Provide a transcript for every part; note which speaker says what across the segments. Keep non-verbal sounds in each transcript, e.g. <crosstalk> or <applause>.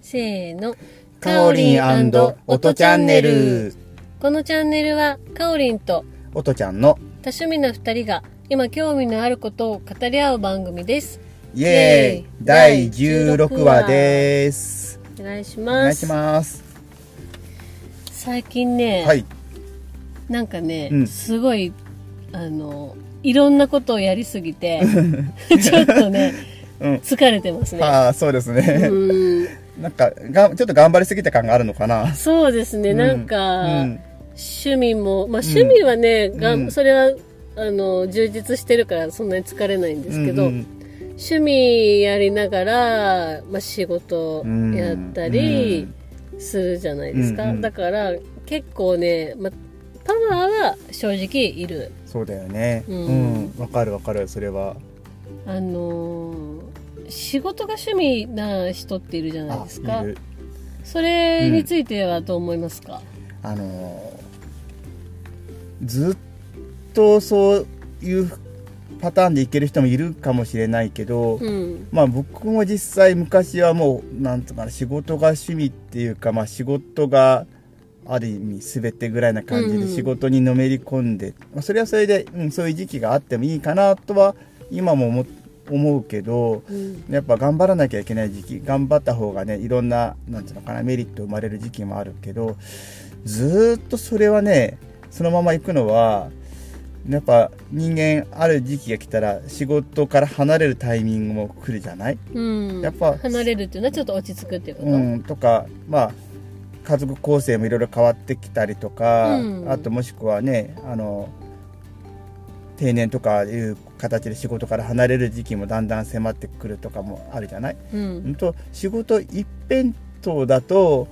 Speaker 1: せーの。
Speaker 2: かおりんおとチャンネル。
Speaker 1: このチャンネルは、かおりんと
Speaker 2: おとちゃんの
Speaker 1: 多趣味な二人が今興味のあることを語り合う番組です。
Speaker 2: イエーイ第16話です
Speaker 1: お願いし
Speaker 2: お願
Speaker 1: ま
Speaker 2: いし
Speaker 1: す。
Speaker 2: ます
Speaker 1: 最近ね、
Speaker 2: はい
Speaker 1: なんかね、
Speaker 2: うん
Speaker 1: すごい、あの、いろんなことをやりすぎ
Speaker 2: <laughs>
Speaker 1: て、 <laughs> ちょっとね、
Speaker 2: うん
Speaker 1: 疲れてますね。
Speaker 2: ああそうですね、
Speaker 1: うん
Speaker 2: なんかがちょっと頑張りすぎた感があるのかな
Speaker 1: そうですね、
Speaker 2: うん
Speaker 1: なんか、
Speaker 2: うん
Speaker 1: 趣味も、まあ、趣味はね、が
Speaker 2: うん
Speaker 1: それはあの充実してるからそんなに疲れないんですけど、
Speaker 2: うんうん
Speaker 1: 趣味やりながら、まあ、仕事
Speaker 2: うん
Speaker 1: やったりするじゃないですか、
Speaker 2: うんうん
Speaker 1: だから結構ね、まあ、パワーは正直いる
Speaker 2: そうだよね
Speaker 1: う
Speaker 2: うんんわ、かるわかるそれは
Speaker 1: あのー仕事が趣味な人っているじゃないですか
Speaker 2: いる
Speaker 1: それについてはどう思いますか、
Speaker 2: あのーずっとそういうパターンでいける人もいるかもしれないけど、
Speaker 1: うん
Speaker 2: まあ僕も実際昔はもうなんとかな仕事が趣味っていうか、まあ、仕事がある意味全てぐらいな感じ
Speaker 1: う
Speaker 2: で
Speaker 1: んうん
Speaker 2: 仕事にのめり込んで、まあ、それはそれで、うん、そういう時期があってもいいかなとは今も思思うけど
Speaker 1: うん
Speaker 2: やっぱ頑張らなきゃいけない時期頑張った方がねいろんななんていうのかなメリット生まれる時期もあるけどずーっとそれはねそのまま行くのはやっぱ人間ある時期が来たら仕事から離れるタイミングも来るじゃない
Speaker 1: うん、
Speaker 2: やっぱ
Speaker 1: 離れるっていうのはちょっと落ち着くっていうこと、
Speaker 2: うん、とか、まあ、家族構成もいろいろ変わってきたりとか、
Speaker 1: うん
Speaker 2: あともしくはねあの定年とかいう形で仕事から離れる時期もだんだん迫ってくるとかもあるじゃない、
Speaker 1: うん
Speaker 2: うん、と仕事一辺倒だと、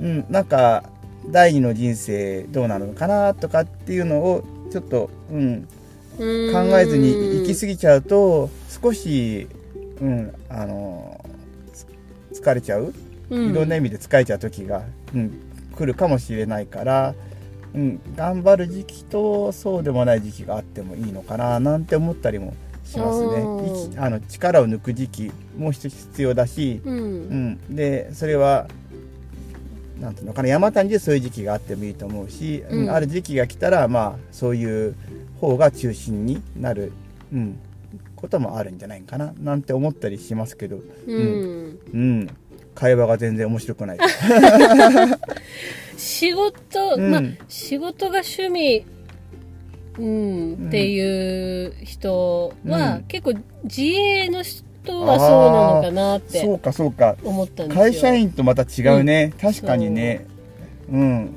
Speaker 2: うん、なんか第二の人生どうなるのかなとかっていうのをちょっと、うん、
Speaker 1: 考
Speaker 2: 考えずに行き過ぎちゃうと少し、うん、あのつ疲れちゃう
Speaker 1: ぎ
Speaker 2: いろんな意味で疲れちゃう時が、うん、来るかもしれないから、うん、頑張る時期とそうでもない時期があってもいいのかななんて思ったりもします
Speaker 1: お
Speaker 2: ね。
Speaker 1: ー
Speaker 2: いきあの力を抜く時期も必要だし、
Speaker 1: う
Speaker 2: うんん、でそれはなんていうのかな山谷でそういう時期があってもいいと思うし、うん
Speaker 1: うん
Speaker 2: ある時期が来たら、まあ、そういう方が中心になる、うん、こともあるんじゃないかななんて思ったりしますけど、
Speaker 1: うん
Speaker 2: うん、会話が全然面白くない。
Speaker 1: 仕事、
Speaker 2: うん
Speaker 1: まあ仕事が趣味、うん、っていう人は、
Speaker 2: うん
Speaker 1: 結構自営の人はそうなのかなって
Speaker 2: そうかそうか
Speaker 1: 思ったんですよ
Speaker 2: 会社員とまた違うね、確かにねうん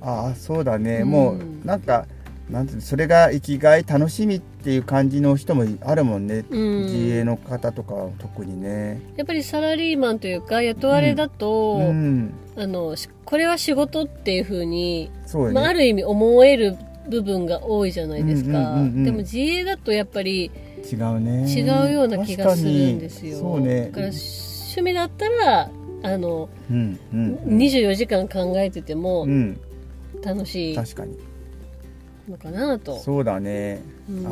Speaker 2: ああそうだね、
Speaker 1: うん
Speaker 2: もうなんかなんていうのそれが生きがい楽しみっていう感じの人もあるもんね、
Speaker 1: うん
Speaker 2: 自営の方とかは特にね
Speaker 1: やっぱりサラリーマンというか雇われだと、
Speaker 2: うん
Speaker 1: あのしこれは仕事っていうふうに、
Speaker 2: そうよね、
Speaker 1: まあ、ある意味思える部分が多いじゃないですか、
Speaker 2: うんうんうんうん
Speaker 1: でも自営だとやっぱり
Speaker 2: 違うね
Speaker 1: 違うような気がするんですよ。
Speaker 2: 確かにそう
Speaker 1: だ
Speaker 2: ね
Speaker 1: から趣味だったらあの、
Speaker 2: うんうんうん
Speaker 1: 24時間考えてても
Speaker 2: うん
Speaker 1: 楽しい
Speaker 2: 確かに
Speaker 1: のかなと。
Speaker 2: そうだね
Speaker 1: うん
Speaker 2: あ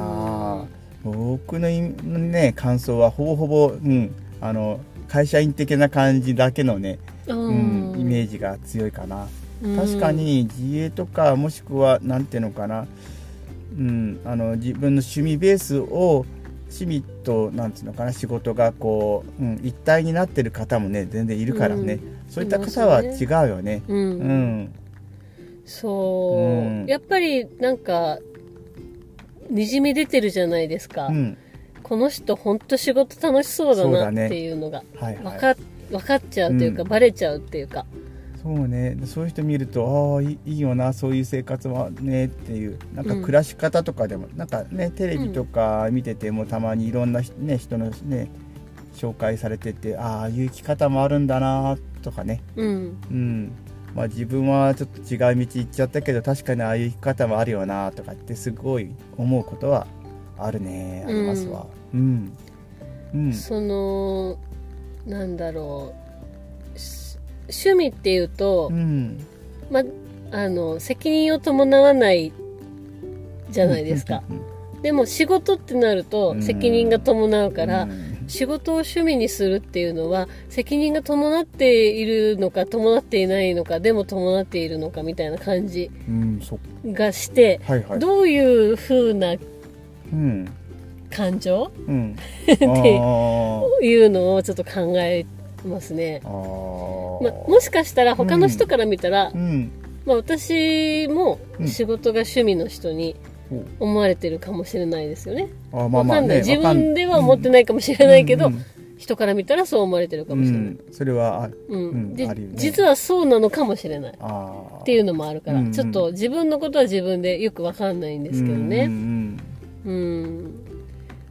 Speaker 2: あ僕のいね感想はほぼほぼ、うん、あの会社員的な感じだけのね、
Speaker 1: う
Speaker 2: うん、イメ
Speaker 1: ジ
Speaker 2: ージが強いかな、確かに自営とかもしくはなんていうのかな、うん、あの自分の趣味ベースを趣味となんていうのかな仕事がこう、うん、一体になってる方もね全然いるからね、そういった方は違うよね。
Speaker 1: うん、
Speaker 2: う
Speaker 1: うん
Speaker 2: ん、
Speaker 1: そう、
Speaker 2: うん
Speaker 1: やっぱりなんかにじみ出てるじゃないですか、
Speaker 2: うん、
Speaker 1: この人ほんと仕事楽しそうだ
Speaker 2: そう
Speaker 1: な
Speaker 2: だね
Speaker 1: っていうのが
Speaker 2: はい
Speaker 1: 分
Speaker 2: は
Speaker 1: か,、
Speaker 2: い。
Speaker 1: 分かっちゃうというか、
Speaker 2: うん
Speaker 1: バレちゃうっていうか、
Speaker 2: そうね、そういう人見るとああいいいいよなそういう生活はねっていうなんか
Speaker 1: うん
Speaker 2: 暮らし方とかでも、なんかねテレビとか見ててもたまにいろんな、ね、人のね紹介されててああああいう生き方もあるんだなとかね、
Speaker 1: うん、
Speaker 2: うんまあ、自分はちょっと違う道行っちゃったけど確かにああいう生き方もあるよなとかってすごい思うことはあるねありますわ。うん、うん
Speaker 1: そのなんだろうし趣味っていうと、
Speaker 2: うん
Speaker 1: まあ、あの責任を伴わないじゃないですか、
Speaker 2: うん
Speaker 1: でも仕事ってなると
Speaker 2: うん
Speaker 1: 責任が伴うから、
Speaker 2: うん
Speaker 1: 仕事を趣味にするっていうのは責任が伴っているのか伴っていないのかでも伴っているのかみたいな感じ
Speaker 2: うんそっか
Speaker 1: がして、
Speaker 2: はいはい
Speaker 1: どういう風な
Speaker 2: うん
Speaker 1: 感情
Speaker 2: うん
Speaker 1: <laughs>
Speaker 2: あー
Speaker 1: いうのをちょっと考えますね
Speaker 2: あ。
Speaker 1: ま、
Speaker 2: ー
Speaker 1: もしかしたら他の人から見たら、
Speaker 2: うん
Speaker 1: まあ、私も
Speaker 2: うん
Speaker 1: 仕事が趣味の人に
Speaker 2: ほう
Speaker 1: 思われてるかもしれないですよね。
Speaker 2: あーま
Speaker 1: わ
Speaker 2: あま
Speaker 1: か
Speaker 2: あ
Speaker 1: んない
Speaker 2: ね
Speaker 1: 自分では思
Speaker 2: 持
Speaker 1: ってないかもしれないけど、
Speaker 2: うんうん
Speaker 1: 人から見たらそう思われてるかもしれない。
Speaker 2: うんそれはあ
Speaker 1: うん
Speaker 2: うん
Speaker 1: で
Speaker 2: あるよね
Speaker 1: 実はそうなのかもしれない。
Speaker 2: あー
Speaker 1: っていうのもあるから、
Speaker 2: うんうん
Speaker 1: ちょっと自分のことは自分でよくわかんないんですけど
Speaker 2: う
Speaker 1: ね。
Speaker 2: ん
Speaker 1: うん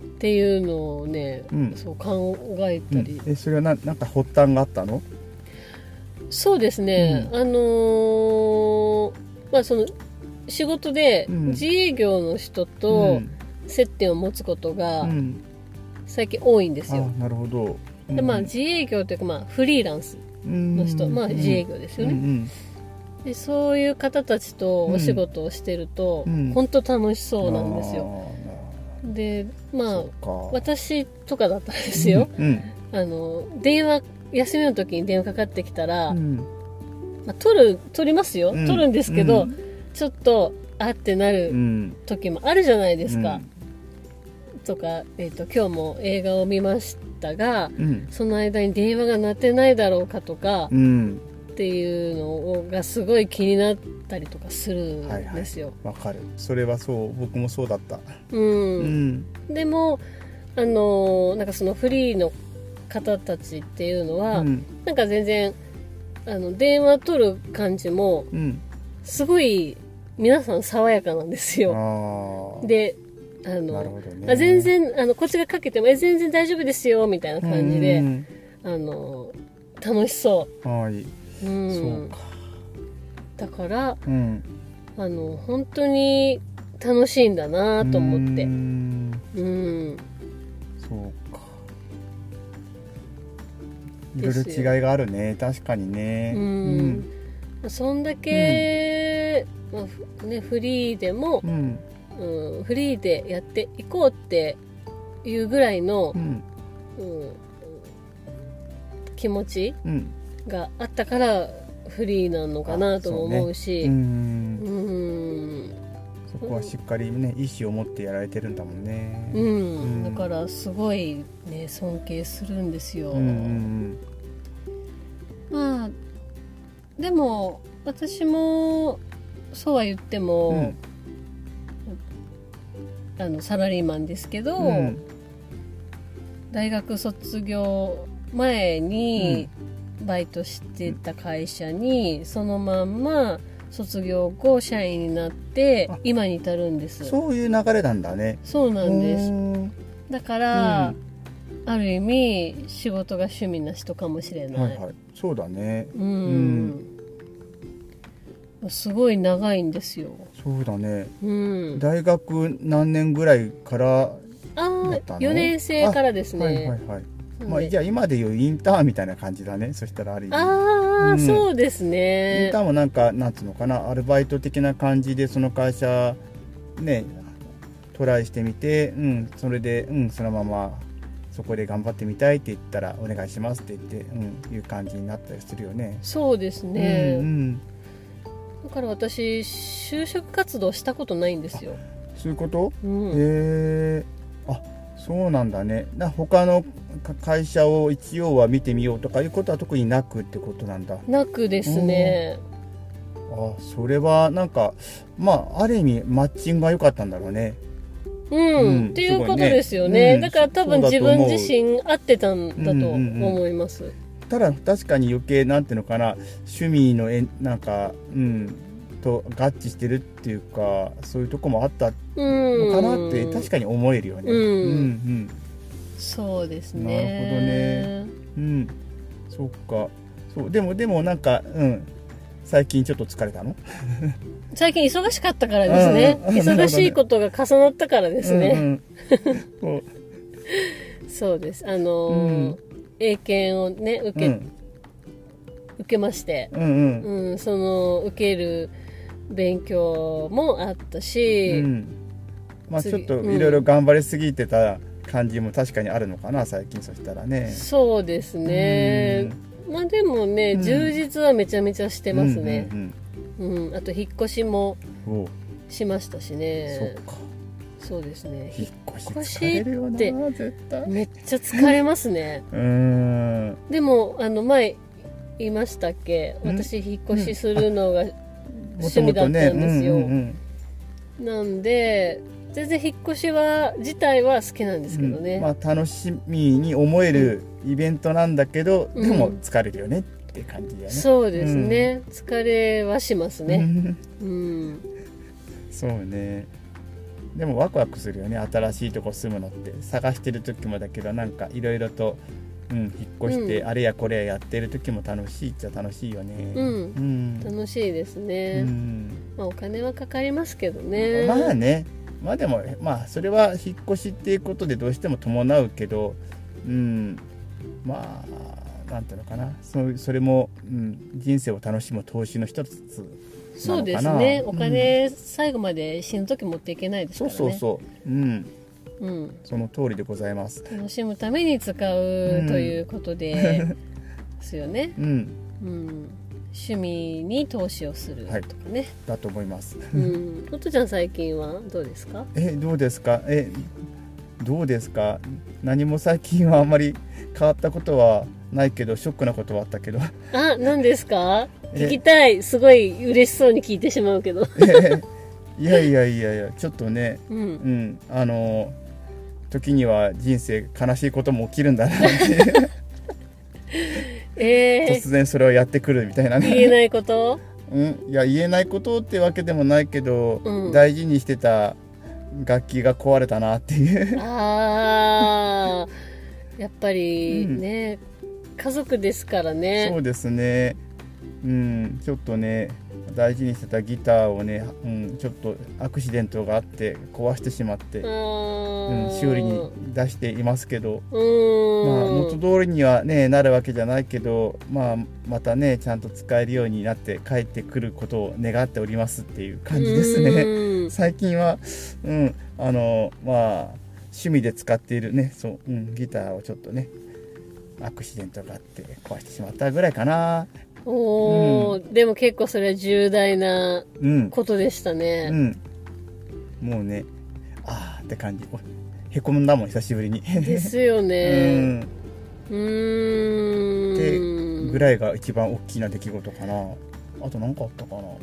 Speaker 1: っていうのをね、
Speaker 2: うん
Speaker 1: そう考え
Speaker 2: うん
Speaker 1: た
Speaker 2: うん
Speaker 1: り、
Speaker 2: えそれはななんか発端があったの
Speaker 1: そうですね、
Speaker 2: う
Speaker 1: あのーまあその仕事で
Speaker 2: うん
Speaker 1: 自営業の人
Speaker 2: う
Speaker 1: と
Speaker 2: ん
Speaker 1: 接点を持つこと
Speaker 2: う
Speaker 1: が
Speaker 2: ん
Speaker 1: 最近多いんです
Speaker 2: あ
Speaker 1: よ、
Speaker 2: なるほど
Speaker 1: でまあ自営業というかまあフリーランスの
Speaker 2: の
Speaker 1: 人、まあ自営業ですよね、
Speaker 2: ね
Speaker 1: でそういう方たちとお仕事をしてると、
Speaker 2: うん
Speaker 1: 本当楽しそうなんですよ、でまあ私
Speaker 2: 私
Speaker 1: とかだったんですよ、あの電話休みの時に電話かかってきたら、まあ、取る取りますよ、
Speaker 2: うん
Speaker 1: 取るんですけど、
Speaker 2: うん
Speaker 1: ちょっとあってなる時もあるじゃない
Speaker 2: で
Speaker 1: ですか、とか、えー、と今日も映画を見ましたが
Speaker 2: うん
Speaker 1: その間に電話が鳴ってないだろうかとか
Speaker 2: う、ん
Speaker 1: っていうのがすごい気になったりとかするん
Speaker 2: はいはい
Speaker 1: ですよ、
Speaker 2: わかるそれはそう僕もそうだったう
Speaker 1: うん
Speaker 2: ん
Speaker 1: でもあのーなんかそのフリーの方たちっていうのは、
Speaker 2: うん
Speaker 1: なんか全然あの電話取る感じも
Speaker 2: うん
Speaker 1: すごい皆さん爽やかなんです
Speaker 2: あ
Speaker 1: よ
Speaker 2: ー
Speaker 1: であ
Speaker 2: なる
Speaker 1: の
Speaker 2: ほどね
Speaker 1: あ全然あのこっちがかけても「え全然大丈夫ですよ」みたいな感じで、
Speaker 2: うん
Speaker 1: あの楽しそ
Speaker 2: はい、
Speaker 1: う,、う、
Speaker 2: そうんか
Speaker 1: だから
Speaker 2: うん
Speaker 1: あの本当に楽しいんだなと思って
Speaker 2: うーん
Speaker 1: うん
Speaker 2: そうかいろ
Speaker 1: で
Speaker 2: い
Speaker 1: すよ
Speaker 2: ろ違いがあるね確かにね
Speaker 1: うんそんだけ、まあふね、フリーでも
Speaker 2: う、ん
Speaker 1: うん、フリーでやっていこうっていうぐらいの
Speaker 2: う、ん
Speaker 1: うん、気持ち
Speaker 2: うん
Speaker 1: があったからフリーなのかなとも思う
Speaker 2: う
Speaker 1: し
Speaker 2: ん
Speaker 1: う,、ん
Speaker 2: そこはしっかりね意思を持ってやられてるんだもんね
Speaker 1: うん
Speaker 2: うん
Speaker 1: だからすごいね尊敬するんですよ、
Speaker 2: うんうん
Speaker 1: まあでも私もそうは言っても、
Speaker 2: うんうん
Speaker 1: あのサラリーマンですけど、
Speaker 2: うん
Speaker 1: 大学卒業前にバイトしてた会社に、そのまんま卒業後社員になって
Speaker 2: あ
Speaker 1: 今に至るんですそう
Speaker 2: そういう流れなんだね
Speaker 1: なんです
Speaker 2: うん
Speaker 1: だから、
Speaker 2: う
Speaker 1: ある意味仕事が趣味な人かもしれない、
Speaker 2: はいはいそうだね
Speaker 1: うん、すごい長いんですよ
Speaker 2: そうだね
Speaker 1: うん
Speaker 2: 大学何年ぐらいからは
Speaker 1: あ
Speaker 2: だ
Speaker 1: あ
Speaker 2: ったの
Speaker 1: 4年生からです
Speaker 2: い
Speaker 1: ね、
Speaker 2: はいはい
Speaker 1: なんで
Speaker 2: まあじゃあ今でいうインターンみたいな感じだねそしたらある意味
Speaker 1: ああ、
Speaker 2: うん
Speaker 1: そうです
Speaker 2: イン
Speaker 1: ね
Speaker 2: ターンもなんかなんつうのかなアルバイト的な感じでその会社ねトライしてみて、うん、それで、うん、そのままそこで頑張ってみたいって言ったらお願いしますって言って、うん、いう感じになったりするよね。
Speaker 1: そうですね、
Speaker 2: うんうん、
Speaker 1: だから私就職活動したことないんですよ、
Speaker 2: そういうこと、
Speaker 1: うん
Speaker 2: へえあそうなんだねな他のか会社を一応は見てみようとかいうことは特になくってことなんだ
Speaker 1: なくですね、
Speaker 2: あそれはなんかまあある意味マッチングが良かったんだろうね
Speaker 1: うん
Speaker 2: うん
Speaker 1: っていうことですよね
Speaker 2: すごいねうん
Speaker 1: だから多分
Speaker 2: そうだ
Speaker 1: 自
Speaker 2: と思う
Speaker 1: 分自身合ってたんだと思います、
Speaker 2: ただ確かに余計なんていうのかな趣味のえなんかうんと合致してるっていうかそういうとこもあった
Speaker 1: うん
Speaker 2: のかなって確かに思えるよね。
Speaker 1: うん
Speaker 2: うん
Speaker 1: そうですね
Speaker 2: なるうんうんそっかそうでもでもなんかうん最近ちょっと疲れたの
Speaker 1: 最近忙しかったからですね、
Speaker 2: うんうん
Speaker 1: 忙しいことが重なったからですね、 <laughs>
Speaker 2: うんうん
Speaker 1: そうですあのー英検をね受
Speaker 2: そう
Speaker 1: け,、
Speaker 2: うん
Speaker 1: 受けまして、
Speaker 2: うんうん
Speaker 1: うん、その受ける勉強もあったし、
Speaker 2: うんまあちょっ
Speaker 1: 次
Speaker 2: と
Speaker 1: うん
Speaker 2: いろいろ頑張りすぎてた感じも確かにあるのかな最近そしたらね。
Speaker 1: そうですねまあでもね、
Speaker 2: うん
Speaker 1: 充実はめちゃめちゃして
Speaker 2: 出
Speaker 1: ますね
Speaker 2: う、ん
Speaker 1: うんあと引っ越しも
Speaker 2: うんうんおう
Speaker 1: しましたし
Speaker 2: そっ
Speaker 1: ね
Speaker 2: か
Speaker 1: そうですね
Speaker 2: 引っ越し
Speaker 1: 引っ越し
Speaker 2: 疲れるよな
Speaker 1: って
Speaker 2: 絶対。う
Speaker 1: めっちゃ疲れますね
Speaker 2: ーん
Speaker 1: でもあの前言いましたっけ
Speaker 2: うん
Speaker 1: 私引っ越しするのが、
Speaker 2: もと
Speaker 1: 趣
Speaker 2: もとね
Speaker 1: 味だったんですよ
Speaker 2: うんうん
Speaker 1: なんで全然引っ越しは自体は好きなんですけどね、
Speaker 2: うんまあ、楽しみに思えるイベントなんだけど、
Speaker 1: うん
Speaker 2: でも疲れるよねって感じだよね。
Speaker 1: そうですね、疲れはしますねうん、
Speaker 2: そうねでもワクワクするよね新しいとこ住むのって探してる時もだけどなんかいろいろと、うん、引っ越して、
Speaker 1: うん
Speaker 2: あれやこれややってる時も楽しいっちゃ楽しいよね
Speaker 1: うん
Speaker 2: うん、
Speaker 1: 楽しいですね、
Speaker 2: うん
Speaker 1: まあお金はかかりますけどね
Speaker 2: まあねまあでもまあそれは引っ越しっていうことでどうしても伴うけどうんまあなんていうのかなそそれも、うん、人生を楽しむ投資の一つ
Speaker 1: そうです
Speaker 2: なの
Speaker 1: ねお
Speaker 2: かな
Speaker 1: 金最後まで死ぬ時持っていけないですか
Speaker 2: そう
Speaker 1: らね
Speaker 2: そうそう、うん、
Speaker 1: うん、
Speaker 2: その通りでございます
Speaker 1: 楽しむために使う
Speaker 2: うん
Speaker 1: ということで、
Speaker 2: <laughs>
Speaker 1: ですよね、
Speaker 2: うん
Speaker 1: うん、趣味に投資をすると
Speaker 2: はい
Speaker 1: か
Speaker 2: <laughs>
Speaker 1: ね、
Speaker 2: だと思います。
Speaker 1: うんおとちゃん最近はどうですか
Speaker 2: えどうですかえどうですか何も最近はあんまり変わったことはないけどショックなことはあったけど <laughs>
Speaker 1: あ何ですか
Speaker 2: え
Speaker 1: 聞きたいすごい嬉しそうに聞いてしまうけど
Speaker 2: いやいやいやいやちょっとね
Speaker 1: うん
Speaker 2: うんあの時には人生悲しいことも起きるんだなって
Speaker 1: <laughs> え
Speaker 2: 突然それをやってくるみたいな
Speaker 1: ー、言え
Speaker 2: ね、
Speaker 1: ない
Speaker 2: <laughs>
Speaker 1: こと
Speaker 2: うん、いや言えないことってわけでもないけど、
Speaker 1: うん
Speaker 2: 大事にしてた楽器が壊れたなっていう
Speaker 1: あーやっぱり
Speaker 2: うん
Speaker 1: ね、家族ですからね
Speaker 2: そうですね。うん、ちょっとね、大事にしてたギターをね、うん、ちょっとアクシデントがあって壊してしまって、
Speaker 1: う
Speaker 2: うんん、修理に出していますけど、
Speaker 1: う
Speaker 2: まあ
Speaker 1: ーん、
Speaker 2: 元通りにはねなるわけじゃないけど、まあまたねちゃんと使えるようになって帰ってくることを願っておりますっていう感じです
Speaker 1: う
Speaker 2: ね。
Speaker 1: ーん
Speaker 2: 最近は、うん、あのまあ趣味で使っているね、そう、うん、ギターをちょっとね。アクシデントがあって壊してしまったぐらいかな。
Speaker 1: おーでも結構それは重大な
Speaker 2: うん、
Speaker 1: ことでしたね、
Speaker 2: うん、もうねあーって感じおへこんだもん久しぶりに、
Speaker 1: ですよねう
Speaker 2: うん、
Speaker 1: ーん
Speaker 2: ぐらいが一番大きな出来事かなあと何かあったかな
Speaker 1: お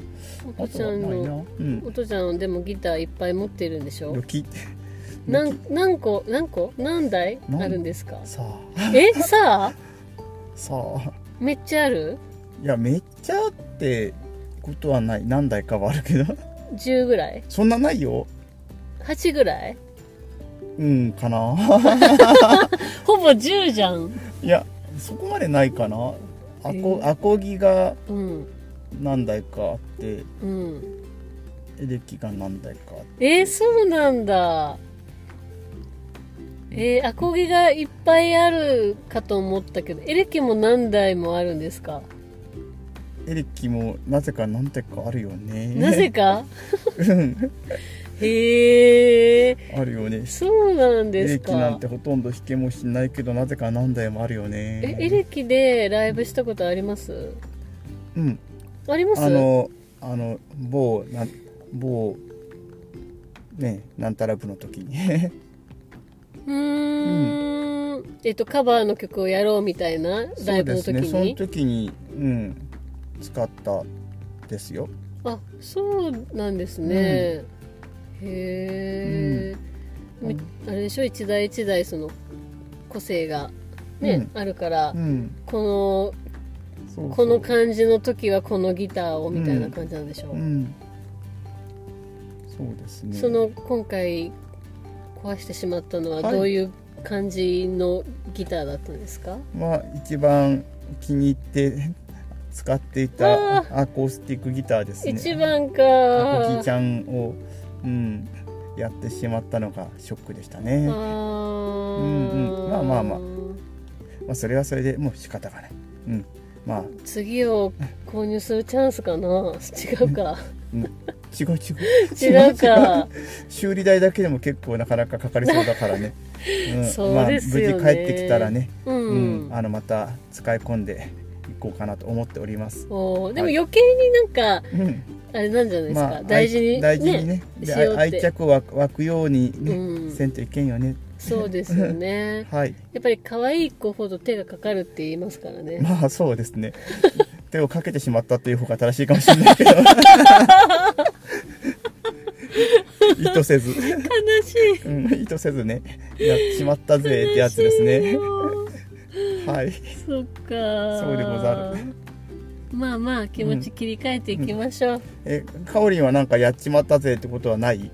Speaker 2: あ
Speaker 1: 父
Speaker 2: と
Speaker 1: ちゃ
Speaker 2: は
Speaker 1: ん
Speaker 2: ないな
Speaker 1: の
Speaker 2: うん
Speaker 1: お父ちゃんでもギターいっぱい持ってるんでしょ
Speaker 2: ドキッ
Speaker 1: なん何個何個何台
Speaker 2: なん
Speaker 1: あるんですか
Speaker 2: さあ
Speaker 1: えさあ
Speaker 2: さあ
Speaker 1: めっちゃある
Speaker 2: いやめっちゃあってことはない何台かはあるけど
Speaker 1: 10ぐらい
Speaker 2: そんなないよ
Speaker 1: 8ぐらい
Speaker 2: うんかな <laughs>
Speaker 1: ほぼ10じゃん
Speaker 2: いやそこまでないかなアコ,、
Speaker 1: え
Speaker 2: アコギが
Speaker 1: うん
Speaker 2: 何台かあって
Speaker 1: うん
Speaker 2: エレキが何台かあって
Speaker 1: えー、そうなんだえー、アコギがいっぱいあるかと思ったけどエレキも何台もあるんですか
Speaker 2: エレキもなぜか何てかあるよね
Speaker 1: なぜか
Speaker 2: かうん
Speaker 1: へえ
Speaker 2: <laughs> あるよね
Speaker 1: そうなん
Speaker 2: エ
Speaker 1: です
Speaker 2: レキ
Speaker 1: か
Speaker 2: なんてほとんど弾けもしないけどなぜか何台もあるよね
Speaker 1: えエレキでライブしたことあります
Speaker 2: うん
Speaker 1: あります
Speaker 2: あのあの某なん某ねなんたら部の時に
Speaker 1: うーんえっとカバーの曲をやろうみたいな <laughs> ラ
Speaker 2: そ
Speaker 1: イ
Speaker 2: う
Speaker 1: ブ
Speaker 2: で
Speaker 1: の時
Speaker 2: すねその
Speaker 1: に
Speaker 2: 時にうん使ったですよ
Speaker 1: あそうなんですね、へえ、
Speaker 2: うん
Speaker 1: みあれでしょ一台一台その個性がね、あるから、
Speaker 2: うん
Speaker 1: こ
Speaker 2: そうそう
Speaker 1: のこの感じの時はこのギターをみたいな感じなんでしょう、
Speaker 2: うんそうですね
Speaker 1: その今回壊してしまったのはどういう感じのギターだったんですか、
Speaker 2: まあ、一番気に入って使っていた
Speaker 1: あ
Speaker 2: アコースティックギターですね
Speaker 1: 一番
Speaker 2: アコギ
Speaker 1: か
Speaker 2: ちゃんを、うん、やってしまったのがショックでしたね
Speaker 1: あ
Speaker 2: ま
Speaker 1: ー
Speaker 2: うんうんまあまあまああ、それはそれでもう仕方がない、うんまあ、
Speaker 1: 次を購入するチャンスかな違うか
Speaker 2: うん違う違う
Speaker 1: <laughs> 違う
Speaker 2: <laughs>
Speaker 1: か
Speaker 2: 修理代だけでも結構なかなかかかりそうだから
Speaker 1: <laughs>
Speaker 2: ね、うん
Speaker 1: そうですよね
Speaker 2: まあ、無事帰ってきたらね、
Speaker 1: うん、
Speaker 2: うんあのまた使い込んでいこうかなと思っております、
Speaker 1: おーでも余計になんか、
Speaker 2: うん、
Speaker 1: あれなんじゃないですか、
Speaker 2: あい
Speaker 1: 大事に
Speaker 2: 大事にねで
Speaker 1: しようって
Speaker 2: 愛愛着を湧く湧くように
Speaker 1: う
Speaker 2: ね、
Speaker 1: ん、
Speaker 2: せんといけんよね
Speaker 1: そうですよ
Speaker 2: <laughs>
Speaker 1: ね
Speaker 2: はい
Speaker 1: やっぱり可愛い子ほど手がかかるって言いますからね、
Speaker 2: まあそうですね <laughs> 手をかけてしまったという方が正しいかもしれないけど <laughs> 意図せず、
Speaker 1: 悲しい
Speaker 2: うん、意図せずねやってしまったぜってやつです
Speaker 1: 悲しい <laughs>
Speaker 2: ね
Speaker 1: よ
Speaker 2: はい
Speaker 1: そっか
Speaker 2: そうでござる
Speaker 1: まあまあ気持ち切り替えていきましょう、
Speaker 2: えかおりんはなんかやっちまったぜってことはない、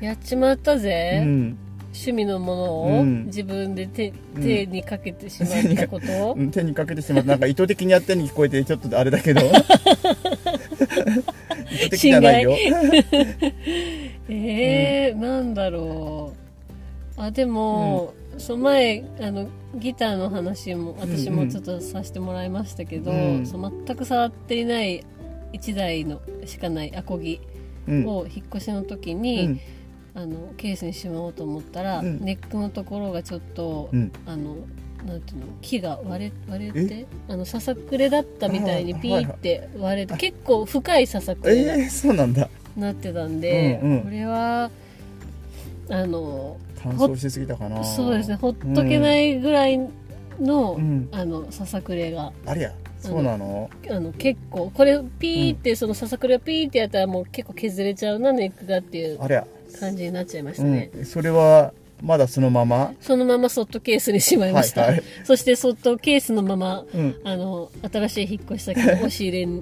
Speaker 1: やっちまったぜ、
Speaker 2: うん、
Speaker 1: 趣味のものを
Speaker 2: うん
Speaker 1: 自分で手,、
Speaker 2: うん
Speaker 1: 手にかけてしまったこと、
Speaker 2: うん手にかけてしまったなんか意図的にやってるに聞こえてちょっとあれだ
Speaker 1: <laughs>
Speaker 2: けど意図的じゃないよ
Speaker 1: <laughs> えーなんだろうあでも、その前あのギターの話も私
Speaker 2: うんう
Speaker 1: も
Speaker 2: ん
Speaker 1: ちょっとさせてもらいましたけど、
Speaker 2: うん
Speaker 1: その全く触っていない1台のしかないアコギ
Speaker 2: うん
Speaker 1: を引っ越しの時
Speaker 2: う
Speaker 1: に、
Speaker 2: ん
Speaker 1: あのケースにしまおうと思ったら、
Speaker 2: うん
Speaker 1: ネックのところがちょっと、
Speaker 2: うん
Speaker 1: あのなんていうの木が割れ割れてあのささくれだったみたいにピーって割れて、結構深いささくれ
Speaker 2: えー、そうなんだ
Speaker 1: になってたんで、
Speaker 2: うんうん
Speaker 1: これはあの
Speaker 2: 乾燥しすぎたかな
Speaker 1: そうですねほっとけないぐらいの、
Speaker 2: うん
Speaker 1: あのささくれが
Speaker 2: あれやそうなの
Speaker 1: あの結構これピーって、そのささくれをピーってやったらもう結構削れちゃうなネックがっていう
Speaker 2: あれや
Speaker 1: 感じになっちゃいました
Speaker 2: う
Speaker 1: ね。
Speaker 2: ん、それはまだそのまま
Speaker 1: そのままそっとケースにしまいました。
Speaker 2: はいはい
Speaker 1: そしてそっとケースのまま、
Speaker 2: うん
Speaker 1: あの、新しい引っ越し先の押し入れの、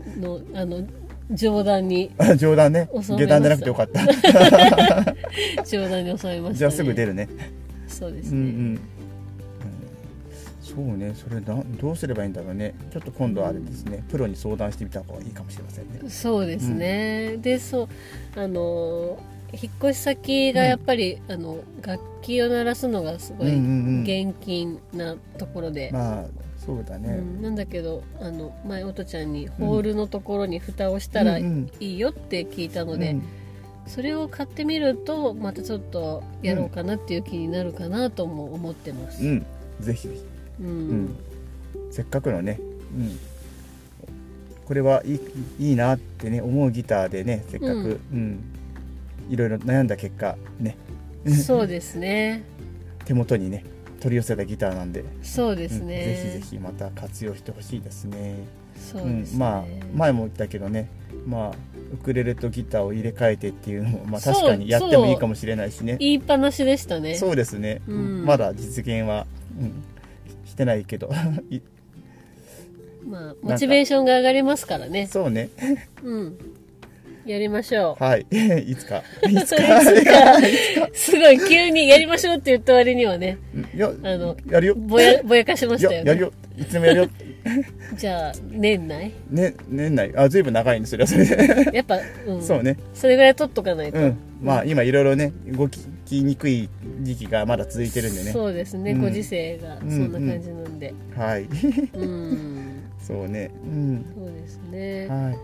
Speaker 1: あの、上段に、
Speaker 2: あ冗談ね
Speaker 1: 収めました
Speaker 2: 下段じゃなくてよかった
Speaker 1: <laughs> 上段に収めました、ね。
Speaker 2: じゃあすぐ出
Speaker 1: る。
Speaker 2: るね
Speaker 1: そうで
Speaker 2: う
Speaker 1: す
Speaker 2: んう
Speaker 1: ね。
Speaker 2: ん、うんそうねそれなどうすればいいんだろうねちょっと今度あれですねプロに相談してみた方がいいかもしれませんね
Speaker 1: そうですね。で、そう、あの、引っ越し先がやっぱり、あの、楽器を鳴らすのがすごい
Speaker 2: うんうんうん
Speaker 1: 厳禁なところで、
Speaker 2: まあそうだ
Speaker 1: う
Speaker 2: ね
Speaker 1: んなんだけど、あの、前、おとちゃんにホールのところに蓋をしたら
Speaker 2: う
Speaker 1: い
Speaker 2: ん
Speaker 1: いよって聞いた
Speaker 2: う
Speaker 1: の
Speaker 2: ん
Speaker 1: で、
Speaker 2: うん
Speaker 1: それを買ってみるとまたちょっとやろうかなっていう気になるかなとも思ってます、
Speaker 2: うんぜひぜひ
Speaker 1: うん
Speaker 2: せっかくのね、うん、これはいいいいなってね思うギターでねせっかく、うんいろいろ悩んだ結果ね
Speaker 1: そうですね
Speaker 2: 手元にね取り寄せたギターなんで、
Speaker 1: そうです
Speaker 2: うん
Speaker 1: ね、
Speaker 2: ぜひぜひまた活用してほしいですね
Speaker 1: そうですね、
Speaker 2: ん、まあ前も言ったけどねまあウクレレとギターを入れ替えてっていうのも、まあ、確かにやってもいいかもしれないしね
Speaker 1: 言いっぱなしでしたね
Speaker 2: そうですね、
Speaker 1: うん
Speaker 2: まだ実現は、うん、してないけ
Speaker 1: <laughs>
Speaker 2: どい
Speaker 1: まあモチベーションが上がりますからね
Speaker 2: そうね
Speaker 1: うんやりましょう
Speaker 2: はい <laughs> い
Speaker 1: <laughs>
Speaker 2: つかいつか
Speaker 1: いつか <laughs> すごい急にやりましょうって言った割にはね
Speaker 2: うんいや、
Speaker 1: の
Speaker 2: やる <laughs> よ。
Speaker 1: ぼやぼやかしま
Speaker 2: い
Speaker 1: した
Speaker 2: や、
Speaker 1: よ
Speaker 2: やる
Speaker 1: ね
Speaker 2: よ。いつでもやるよ。
Speaker 1: じゃあ年内
Speaker 2: ね、年内。あ、ずいぶん長いんですよ、それで。
Speaker 1: やっぱ、うん、
Speaker 2: そうね。
Speaker 1: それぐらい取っとかないと、
Speaker 2: うん。まあ、今、いろいろね、動きにくい時期がまだ続いてるんでね。
Speaker 1: そうですね、
Speaker 2: うん
Speaker 1: ご時世がそんな感じなんで
Speaker 2: はい。 <laughs>
Speaker 1: うん、
Speaker 2: そうね。うん。
Speaker 1: そうですね、
Speaker 2: はい。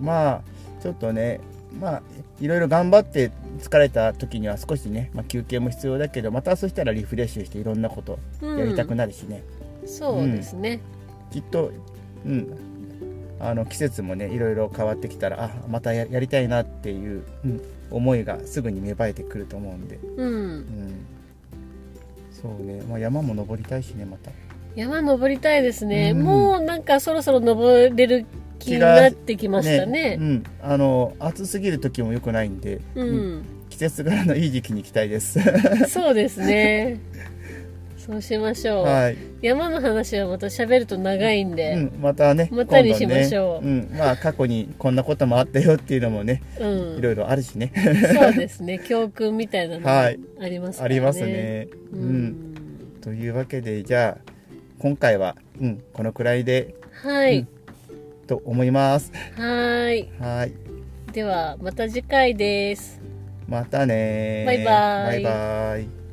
Speaker 2: まあ、ちょっとね、まあ、いろいろ頑張って疲れた時には少しね、まあ、休憩も必要だけど、またそしたらリフレッシュしていろんなこと
Speaker 1: うん
Speaker 2: やりたくなるしね。
Speaker 1: そうですね、
Speaker 2: きっと、うん、あの季節もねいろいろ変わってきたらあまたややりたいなっていう、うん、思いがすぐに芽生えてくると思うんで、
Speaker 1: うん
Speaker 2: うん、そうね、まあ、山も登りたいしねまた
Speaker 1: 山登りたいですね、
Speaker 2: うん
Speaker 1: もうなんかそろそろ登れる気になってきましたね
Speaker 2: うん、あの暑すぎる時も良くないんで、
Speaker 1: うん、
Speaker 2: 季節柄のいい時期に行きたいです
Speaker 1: そうです
Speaker 2: <laughs>
Speaker 1: ねそうしましょう、
Speaker 2: はい、
Speaker 1: 山の話はまた喋ると長いん
Speaker 2: う
Speaker 1: で、
Speaker 2: ん、またね
Speaker 1: またにしましょう
Speaker 2: 今度ねうん、まあ過去にこんなこともあったよっていうのもね
Speaker 1: うん
Speaker 2: いろいろあるしね
Speaker 1: そうですね教訓みたいなのが
Speaker 2: は
Speaker 1: あ
Speaker 2: い
Speaker 1: りますか
Speaker 2: あ
Speaker 1: らね、
Speaker 2: りますね
Speaker 1: う
Speaker 2: うん
Speaker 1: ん、
Speaker 2: というわけでじゃあ今回は、うん、このくらいで
Speaker 1: はい、
Speaker 2: と思います。
Speaker 1: はい
Speaker 2: はい
Speaker 1: ではまた次回です
Speaker 2: またねー
Speaker 1: バイバーイ
Speaker 2: バイバーイ